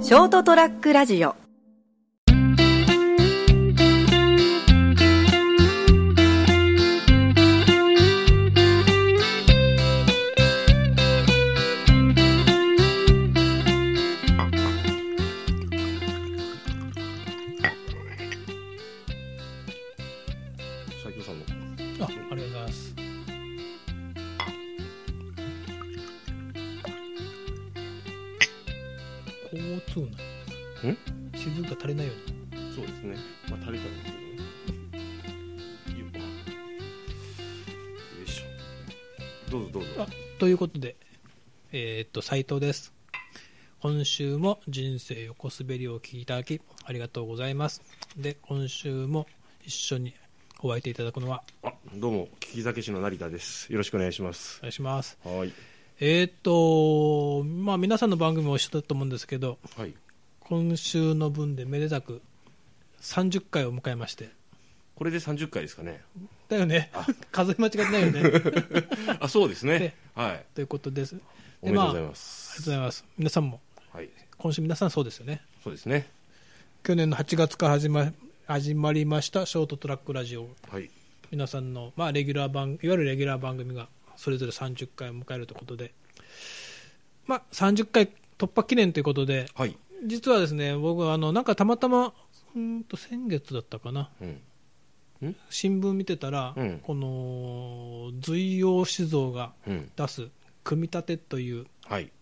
ショートトラックラジオ斉藤さんのあ、ありがとうございます。交通内。ん静か足りないように。そうですねまあ足りたんですけどねよっよいしょどうぞどうぞあということで、えーっと、斉藤です。今週も人生横滑りを聞いていただき、ありがとうございます。で、今週も一緒にお会いいただくのは、あどうも聞き酒師の成田ですよろしくお願いしますお願いします。はいえーっと、まあ、皆さんの番組も一緒だと思うんですけど、はい今週の分でめでたく30回を迎えましてこれで30回ですかねだよね 数え間違ってないよ ねあそうですねではいということですでおめでとうございまあ、ありがとますうございます皆さんもはい今週皆さんそうですよねそうですね去年の8月から始ま始まりましたショートトラックラジオはい皆さんの、まあ、レギュラー番いわゆるレギュラー番組がそれぞれ30回を迎えるということで、まあ、30回突破記念ということではい実はですね僕はあのなんかたまたまうーんと先月だったかなうん新聞見てたら、うんこの随陽酒造がうん出す組み立てというはい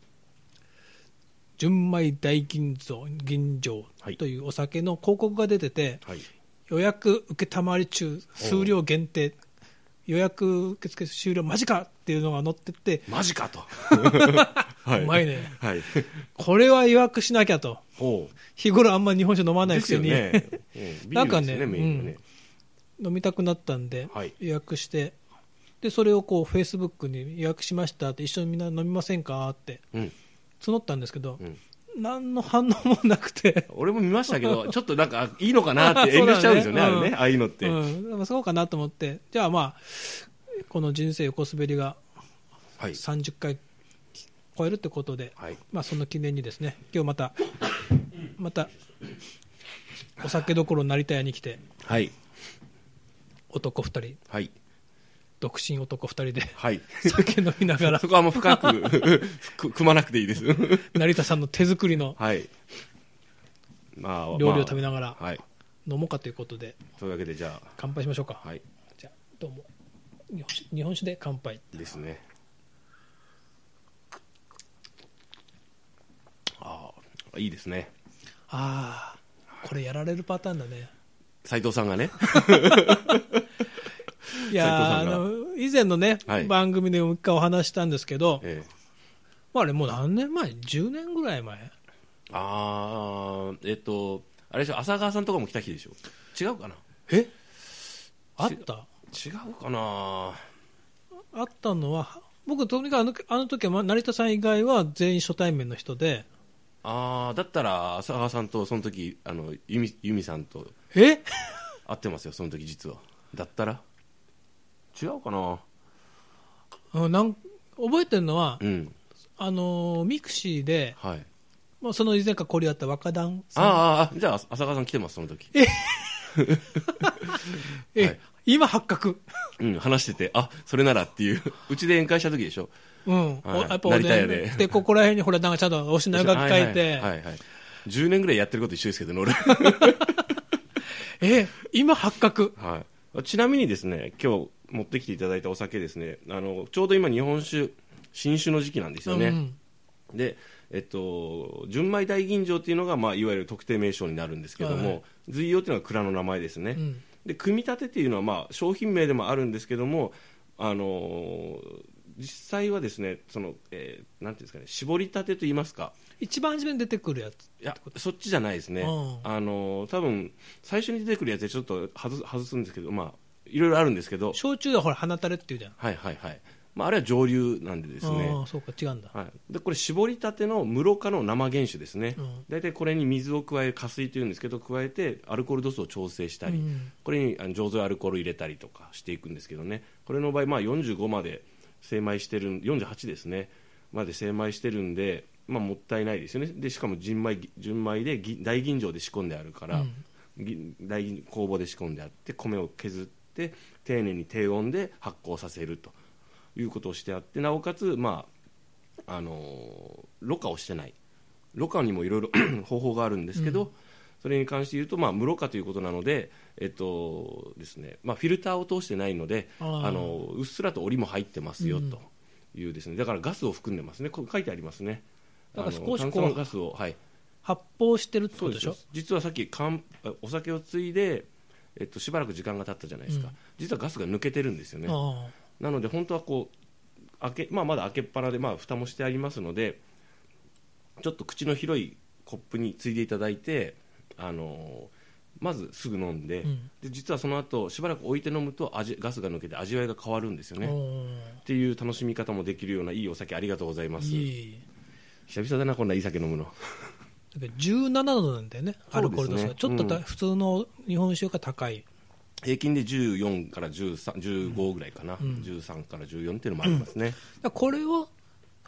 純米大吟醸吟醸はいというお酒の広告が出てて、はい予約受けたまり中数量限定予約受付終了間近っていうのが載ってて、マジ かとはうまいねはいこれは予約しなきゃとほう日頃あんま日本酒飲まないでくすせよに、ねうなんかねビールですメインはね飲みたくなったんで、はい予約してでそれをこうフェイスブックに予約しましたって一緒にみんな飲みませんかってうん募ったんですけど、うん何の反応もなくて、俺も見ましたけ ど、ちょっとなんか、いいのかなってそ遠うだね慮しちゃうんですよね、あれうんね、ああいうのって。うはん、でもそうかなと思って、じゃあまあ、この人生横滑りがい。 30回超えるってことで、はい。まあ、その記念にですね、今日また、また、お酒どころ成田屋に来て、はい。男2人、はい。独身男2人で はい。酒飲み ながらそ、こはもう深く く、組まなくていいです。 成田さんの手作りのはい。まあ、料理を食べながらまあはい。飲もうかということで、というわけで、じゃ乾杯しましょうか。あ、はい。じゃあ、どうも。日本酒日本酒で乾杯。ですね。ああ、いいですね。ああこれやられるパターンだね斉藤さんが ね。い斉藤やーあさんがの以前のね、はい番組でもう一回お話したんですけど、ええまあ、あれもう何年前10年ぐらい前ああ、えっと、あれでしょ、浅川さんとかも来た日でしょ。違うかなえあった違うかなあったのは僕とにかくあのあの時はまあ成田さん以外は全員初対面の人でああだったら浅川さんとその時あの由美由美さんとえ会ってますよその時実はだったら違うかなうんなん覚えてるのは、うんあのーミクシーで、はいまあ、その以前から交流あった若旦あさんあああじゃあ浅川さん来てますその時え、はい今発覚うん話しててあそれならっていう うちで宴会した時でしょうん、おはいやっぱお成田で屋んででここら辺にほらなんかちゃんとお品書き書いて、はいはい、はいはい10年ぐらいやってること一緒ですけどね俺、 え今発覚はい、ちなみにですね今日持ってきていただいたお酒ですねあのちょうど今日本酒新酒の時期なんですよね、うんで、えっと、純米大吟醸っていうのが、まあ、いわゆる特定名称になるんですけどはいはも、随養っていうのは蔵の名前ですね、うんで組み立てっていうのは、まあ、商品名でもあるんですけども、あのー実際はですねその、えーなんていうんですかね絞りたてと言いますか一番初めに出てくるやついやそっちじゃないですね、うんあのー多分最初に出てくるやつでちょっと外す外すんですけど、まあ、いろいろあるんですけど、焼酎はほら放たれっていうじゃんはいはいはいまあ、あれは上流なんでですねああそうか違うんだはい、でこれ絞りたての室化の生原酒ですね、うん大体これに水を加える加水というんですけど加えてアルコール度数を調整したり、うんこれにあの醸造アルコールを入れたりとかしていくんですけどねこれの場合、まあ、45まで精米してるん48ですねまで精米してるんでまあ、もったいないですよねでしかも純米純米でぎ大吟醸で仕込んであるから、うんぎ大吟酵母で仕込んであって米を削って丁寧に低温で発酵させるということをしてあってなおかつ、まああのーろ過をしてないろ過にもいろいろ 方法があるんですけど、それに関して言うと、まあ、無ろ過ということなので,、えっとですねまあ、フィルターを通してないのであーあのうっすらと檻も入ってますよというですね、だからガスを含んでますねこう書いてありますねだからあの少しこ炭う酸ガスをはい発泡してるってそこうとでですしょよ実はさっきかんお酒をついで、えっと、しばらく時間が経ったじゃないですか、うん実はガスが抜けてるんですよねあなので本当はこう開け、まあ、まだ開けっぱなで、まあ、蓋もしてありますのでちょっと口の広いコップについでいただいて、あのまずすぐ飲んで,、うんで実はその後しばらく置いて飲むと味ガスが抜けて味わいが変わるんですよあ、ね、っおていう楽しみ方もできるようないいお酒ありがとうございまーすいい久々だなこんないい酒飲むの だけど17度なんだよねアルコール度数が、ちそょうですねっとだ、うん普通の日本酒よりか高い平均で14から13 15ぐらいかな、ん13から14っていうのもありますね、だからこれを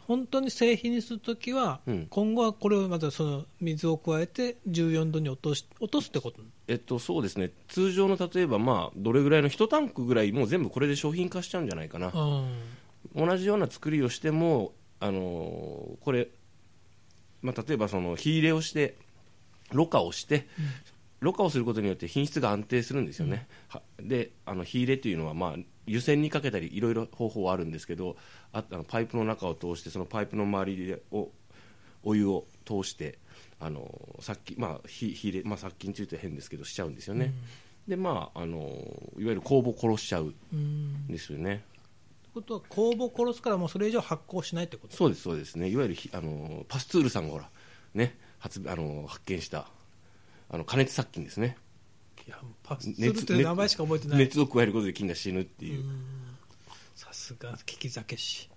本当に製品にするときは、うん今後はこれをまたその水を加えて14度に落とし落とすってことえっと、そうですね通常の例えば、まあ、どれぐらいの1タンクぐらいもう全部これで商品化しちゃうんじゃないかな同じような作りをしても、あのーこれ、まあ、例えばその火入れをしてろ過をして、ろ過をすることによって品質が安定するんですよね、はであの火入れというのは、まあ、湯煎にかけたりいろいろ方法はあるんですけどああのパイプの中を通してそのパイプの周りでをお湯を通してあの殺菌、まあ、火火入れ、まあ、殺菌というと変ですけどしちゃうんですよね、でまああのいわゆる酵母を殺しちゃうんうんうんですよねってことは酵母を殺すからもうそれ以上発酵しないってことそうですそうですねいわゆるひあのパスツールさんがほらね発あの発見したあの加熱殺菌ですねいやパスツルという名前しか覚えてない熱を加えることで菌が死ぬっていう、さすが聞き酒師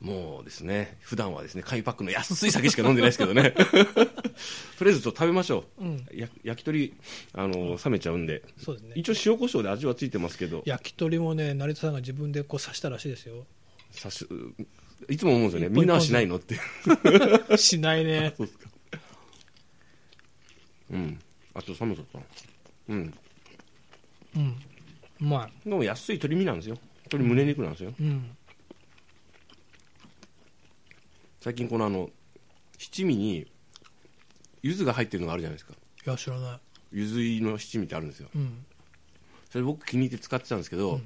もうですね普段はですね紙パックの安い酒しか飲んでないですけどね とりあえずちょっと食べましょう、うんや焼き鳥あの冷めちゃうんでそうですね一応塩コショウで味はついてますけど焼き鳥もね成田さんが自分でこう刺したらしいです よさしいつも思うんですよね一本みんなはしないのって しないねそうですかうんあと寒かったなうんうんうまでも安い鶏身なんですよ鶏胸肉なんですよいうん最近このあの七味に柚子が入ってるのがあるじゃないですかいや知らな柚子入りの七味ってあるんですよ いうんそれ僕気に入って使ってたんですけど、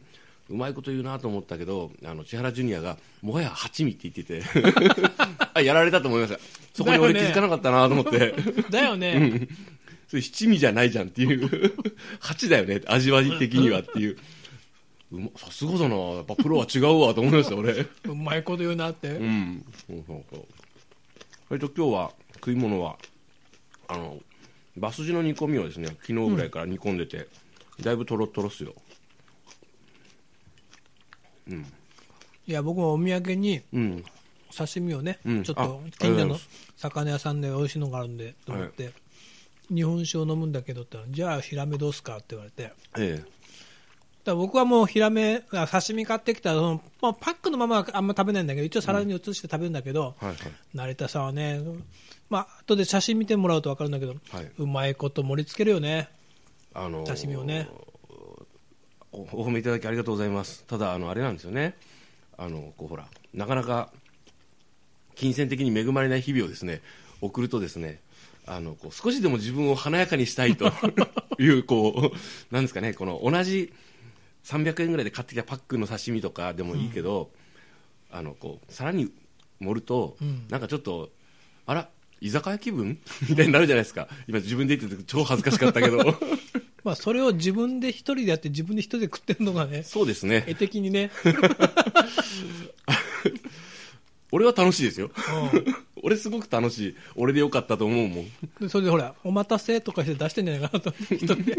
うまいこと言うなと思ったけどあの千原ジュニアがもはや八味って言ってて あやられたと思いましたそこに俺だ気よねづかなかったなと思って、だよねそれ七味じゃないじゃんっていう八だよね味わい的にはっていううまさすがだなやっぱプロは違うわと思いました俺うまいこと言うなってうん、そうそうそう。それと今日は食い物は、あの、バスジの煮込みをですね、昨日ぐらいから煮込んでて、だいぶとろとろっすよ。いや僕もお土産にうん。刺身をね、うんちょっあとありがと近所うございまのす魚屋さんで美味しいのがあるんでと思って、日本酒を飲むんだけどってじゃあヒラメどうすかって言われてだかえら僕はもうヒラメあ刺身買ってきたらその、まあ、パックのままはあんま食べないんだけど一応皿に移して食べるんだけど、え。はいはい。成田さんはね、まあ後で写真見てもらうと分かるんだけど、はいうまいこと盛り付けるよねあのー刺身をねおお褒めいただきありがとうございます。ただ、あの、あれなんですよね。あの、こうほら、なかなか、金銭的に恵まれない日々をですね、送るとですね、あの、こう、少しでも自分を華やかにしたい という、こう、なんですかね、この、同じ300円ぐらいで買ってきたパックの刺身とかでもいいけど、あの、こう、さらに盛ると、うんなんかちょっと、あら、居酒屋気分みたいになるじゃないですか。今自分で言ってて超恥ずかしかった けど。まあそれを自分で一人でやって自分で一人で食ってるの がねそうですね絵。的にね、 俺は楽しいですよ。うん俺すごく楽しい。俺でよかったと思うもん。でそれでほら、お待たせとかして出してんじゃないかなと、一人 で。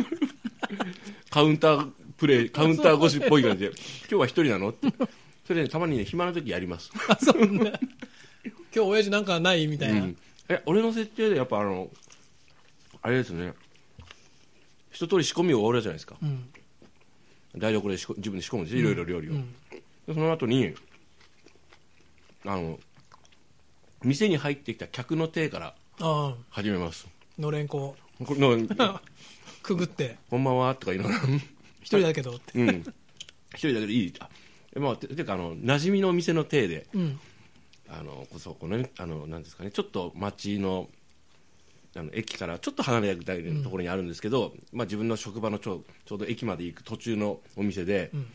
カウンタープレイ、カウンター越しっぽい感じで。今日は一人なの って。それで、たまにね、暇な時やります。あ、そんな。今日親父なんかないみたういな。ん、え、俺の設定でやっぱあの、あれですね。一通り仕込みを終わるじゃないですか。うん台所で仕込自分で仕込むんですよいろいろ料理を。うんでその後に、あの、店に入ってきた客の手からあ始めますあのれんこ これの くぐってこんばんはとか言いながら一人だけどって、うん一人だけでいいあえまあててかあの馴染みのお店の体でうんあのこそこのあのなんですかねちょっと町のあの駅からちょっと離れたぐらいのところにあるんですけど、まあ、自分の職場のちょうちょうど駅まで行く途中のお店で、うん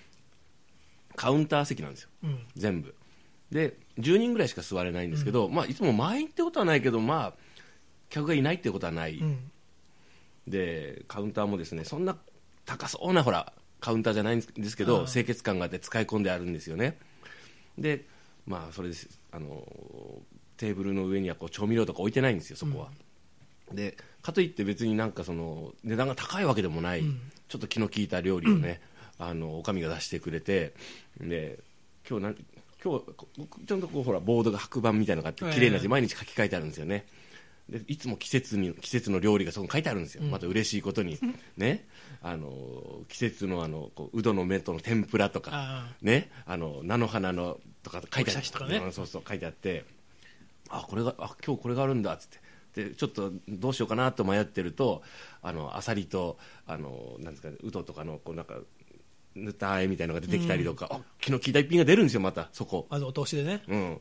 カウンター席なんですようん全部で10人ぐらいしか座れないんですけど、まあ、いつも満員ってことはないけど、まあ、客がいないってことはない、うんでカウンターもですねそんな高そうなほらカウンターじゃないんですけあどあ清潔感があって使い込んであるんですよねでまあそれですあのテーブルの上にはこう調味料とか置いてないんですよそこは、でかといって別になんかその値段が高いわけでもない、うんちょっと気の利いた料理をね、あのおかみが出してくれてで今日なん今日こちゃんとこうほらボードが白板みたいなのがあって綺麗なええ字毎日書き換えてあるんですよね、でいつも季節に季節の料理がそこに書いてあるんですよ、また嬉しいことに、ね、あの季節のあのこううどの麺との天ぷらとかあ、ね、あの菜の花のとか書いてあおひたしとかねうんそうそう書いてあってあこれがあ今日これがあるんだっつってでちょっとどうしようかなと迷ってるとあのアサリとあのなんですか、ね、うどとかのこうなんかぬたあえみたいなのが出てきたりとか、あ昨日聞いた一品が出るんですよまたそこ。まずお通しでねうん、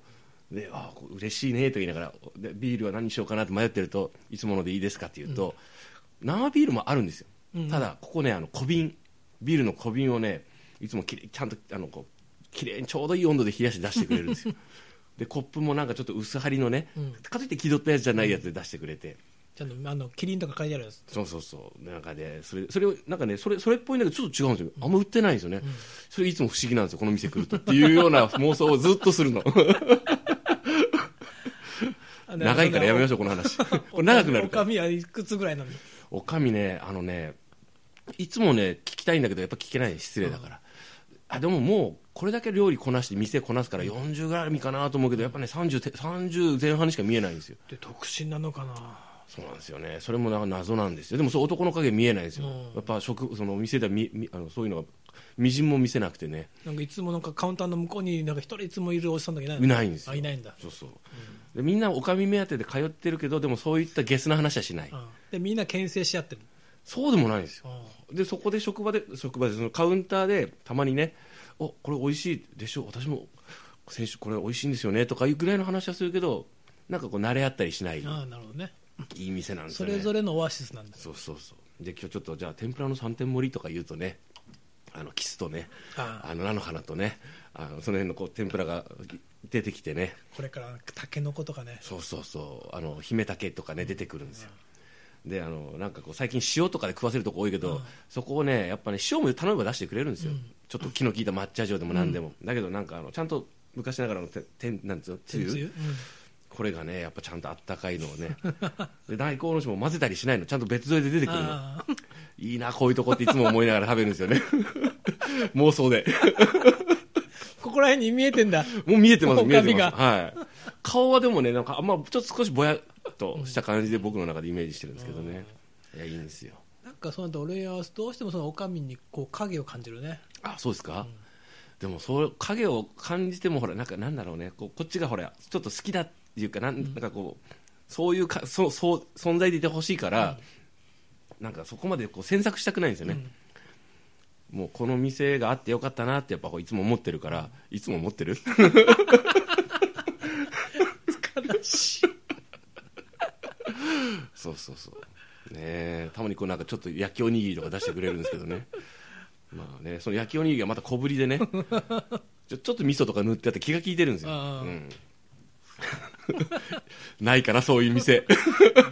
であこう嬉しいねと言いながらでビールは何にしようかなと迷ってるといつものでいいですかって言うと、生ビールもあるんですよ、ただここねあの小瓶ビールの小瓶をねいつもきれいちゃんとあのこうきれいにちょうどいい温度で冷やして出してくれるんです よでコップもなんかちょっと薄張りのね、かといって気取ったやつじゃないやつで出してくれて、ちゃんとあのキリンとか書いてあるやつそうそうそうなんかねそれそれをなんかねそれそれっぽいんだけどちょっと違うんですよあんま売ってないんですよね、それいつも不思議なんですよこの店来るとっていうような妄想をずっとするのあで長いからやめましょう、この話。これ長くなる おから。かみはいくつぐらいなのおかみね、あのね、いつもね、聞きたいんだけど、やっぱ聞けない、失礼だから。あでももう、これだけ料理こなして、店こなすから40ぐらいかなと思うけど、やっぱね、30て、30前半にしか見えないんですよ。で特進なのかなそうなんですよね。それもなんか謎なんですよ。でも、そう男の影見えないんですよ。うんやっぱ食、そのお店ではみみあの、そういうのが、みじんも見せなくてね。なんかいつもなんかカウンターの向こうになんか一人いつもいるおじさんだけいないのいないんですよあいないんだ、そうそう。でみんなおかみ目当てで通ってるけど、でもそういったゲスな話はしない。うんでみんな牽制し合ってるそうでもないんですよ。あでそこで職場で職場でそのカウンターでたまにねおこれ美味しいでしょ私も先週これ美味しいんですよねとかいうぐらいの話はするけどなんかこう慣れ合ったりしないあなるほどねいい店なんですそよねれぞれのオアシスなんだそうそうそうで今日ちょっとじゃあ天ぷらの三点盛りとか言うとねあのキスとねあああの菜の花とねあのその辺のこう天ぷらが出てきてねこれからタケノコとかねそうそうそうあの姫竹とかね出てくるんですよ、であのなんかこう最近塩とかで食わせるとこ多いけど、そこをねやっぱね塩も頼めば出してくれるんですよ、ちょっと気の利いた抹茶塩でも何でも、だけどなんかあのちゃんと昔ながらのててんなんつうのつつゆゆうんこれがねやっぱちゃんとあったかいのをねで大根おろしも混ぜたりしないのちゃんと別添えで出てくるのあ いいなこういうとこっていつも思いながら食べるんですよね 妄想であここら辺に見えてんだもう見えてます、お見えかてみまがす。はい。顔はでもね、なんかあんまちょっと少しぼやっとした感じで僕の中でイメージしてるんですけどね。いや、いいんですよ。なんかその後俺はどうしてもそのおかみにこう影を感じるねあ、そうですか、でも、そう、影を感じても、ほら、なんか、なんだろうね、こうこっちがほら、ちょっと好きだっていうか、なんなんかこう、そういうか、そう、そう、存在でいてほしいから、なんかそこまでこう詮索したくないんですよね。もうこの店があってよかったなってやっぱこういつも思ってるからいつも思って る悲しいそうそうそうねえたまにこうなんかちょっと焼きおにぎりとか出してくれるんですけどね まあねその焼きおにぎりがまた小ぶりでね ちょちょっと味噌とか塗ってあって気が利いてるんですよ、うああん、 ないかなそういう 店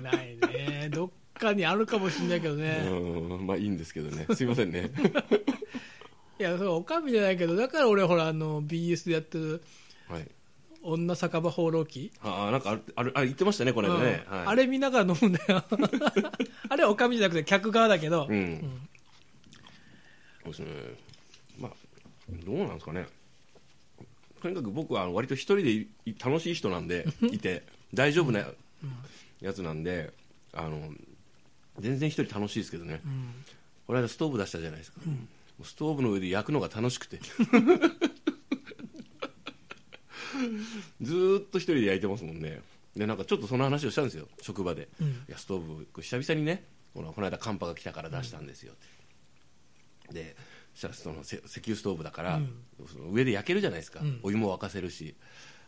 ない ねどっかにあるかもしれないけどうね、んまあいいんですけどねすいませんねいやそうおかみじゃないけどだから俺ほらあの BS でやってるはい女酒場放浪記ああなんかあるあるあ言ってましたねこれうんね、はい、あれ見ながら飲むんだよ あれはおかみじゃなくて客側だけど、うん、そうですねまあどうなんですかねとにかく僕は割と一人でいい楽しい人なんで いて大丈夫なやつなんであの全然一人楽しいですけどね、この間ストーブ出したじゃないですか、もうストーブの上で焼くのが楽しくてずーっと一人で焼いてますもんねでなんかちょっとその話をしたんですよ職場で、うんいやストーブこれ久々にねこのこの間寒波が来たから出したんですよって、でそしたらそのせ石油ストーブだから、うんその上で焼けるじゃないですか、うんお湯も沸かせるし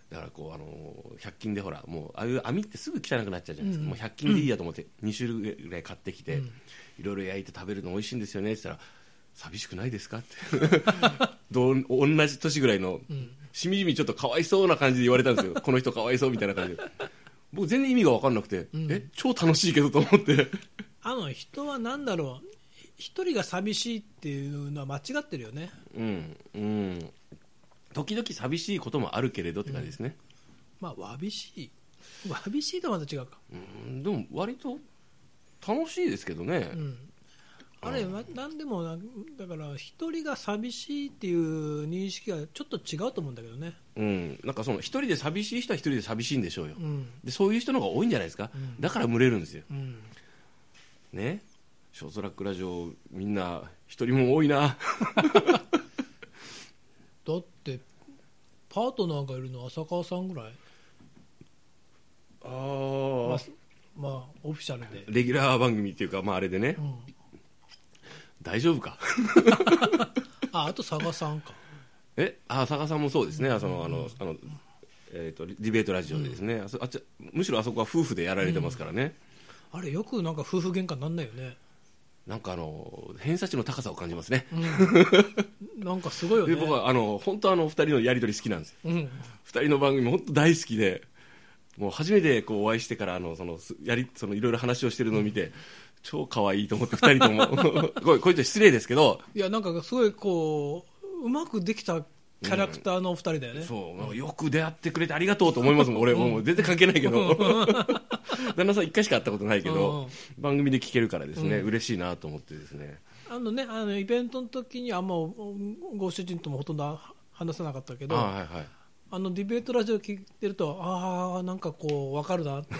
だからこうあのー100均でほらもうああいう網ってすぐ汚くなっちゃうじゃないですか、うんもう100均でいいやと思って2種類ぐらい買ってきて、うんいろいろ焼いて食べるの美味しいんですよねって言ったら寂しくないですか ってどう同じ年ぐらいのうんしみじみちょっとかわいそうな感じで言われたんです よこの人かわいそうみたいな感じで僕全然意味が分かんなくて、んえ超楽しいけどと思ってあの人は何だろうひ一人が寂しいっていうのは間違ってるよねうんうん時々寂しいこともあるけれどって感じですね、まあわびしいわびしいとはまた違うかうんでも割と楽しいですけどね、うんあれま何でもなだから一人が寂しいっていう認識がちょっと違うと思うんだけどねうんなんかその一人で寂しい人は一人で寂しいんでしょうよ、うんでそういう人の方が多いんじゃないですか、うんだから群れるんですようんねショートラックラジオみんな一人も多いなだってパートナーがいるのは浅川さんぐらいあまああ、まあオフィシャルで、レギュラー番組っていうかまああれでね、うん、大丈夫かああと佐賀さんかえあ佐賀さんもそうですね、あそのあのあのえー、とディベートラジオでですね、あそあっちむしろあそこは夫婦でやられてますからね、あれよくなんか夫婦喧嘩なんないよね、なんかあの偏差値の高さを感じますねうん、なんかすごいよねで僕はあの本当あの二人のやり取り好きなんですようん二人の番組本当大好きでもう初めてこうお会いしてからあのそのすやりそのいろいろ話をしてるのを見て、超可愛いと思って二人とも こういうこういう人失礼ですけど、いやなんかすごいこううまくできたキャラクターのお二人だよね、そうよく出会ってくれてありがとうと思いますもん俺もう全然関係ないけど 旦那さん一回しか会ったことないけど番組で聞けるからですね、嬉しいなと思ってですねあのねあのイベントの時にあんまおおご主人ともほとんどは話さなかったけあどああはいはいのディベートラジオ聞いてるとああなんかこう分かるなって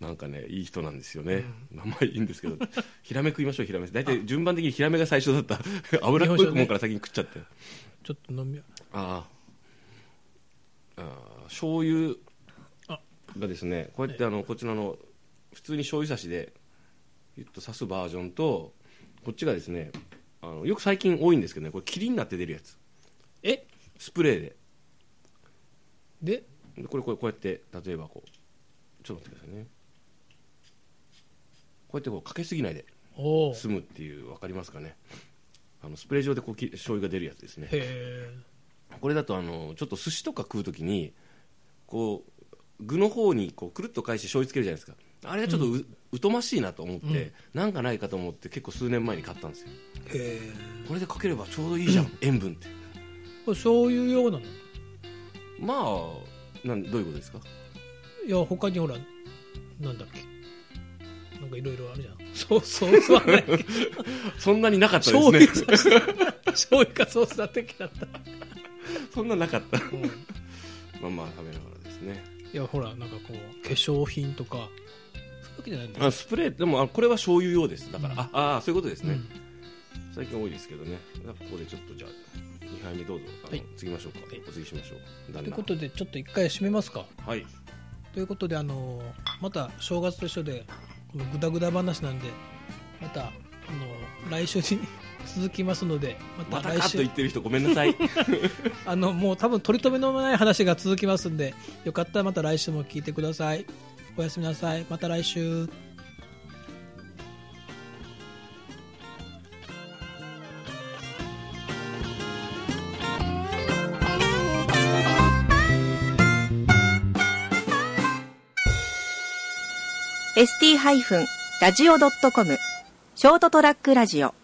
なんかねいい人なんですよね、名前いいんですけど ヒラメ食いましょうヒラメ大体順番的にヒラメが最初だった 油っぽいもんから先に食っちゃって、ちょっと飲みああああ醤油あがですねこうやってあのこちらの普通に醤油差しでゆっと刺すバージョンとこっちがですねあのよく最近多いんですけどねこれ霧になって出るやつえスプレーでででこれこれこうやって例えばこうちょっと待ってくださいねこうやってこうかけすぎないでおおへ済むっていう分かりますかねあのスプレー状でこうき醤油が出るやつですねえこれだとあのちょっと寿司とか食うときにこう具の方にこうくるっと返して醤油つけるじゃないですかあれがちょっとう,、疎ましいなと思って、なんかないかと思って結構数年前に買ったんですよへえこれでかければちょうどいいじゃん、塩分ってこれ醤油用なのまあなんどういうことです かいや他にほらなんだっけなんかいろいろあるじゃんそうそうそうだっけそんなになかったで醤す油ねか醤油かソースだってきだった、 そんななかったうん、いまあまあ食べながらですねやほらなんかこう化粧品とかそういうわけじゃないんだよあスプレーでもあこれは醤油用ですだから、うんああそういうことですね、うん最近多いですけどねじゃあここでちょっとじゃあ2杯目どうぞあの、はい継ぎましょうか、はいお継ぎしましょう旦という那ことでちょっと一回締めますかはいということであのーまた正月と一緒でこのグダグダ話なんでまたあのー来週に続きますのでままたたか来と週、言ってる人ごめんなさいあのもう多分取り留めのない話が続きますんでよかったらまた来週も聞いてくださいおやすみなさいまた来週 ST-radio.com ショートトラックラジオ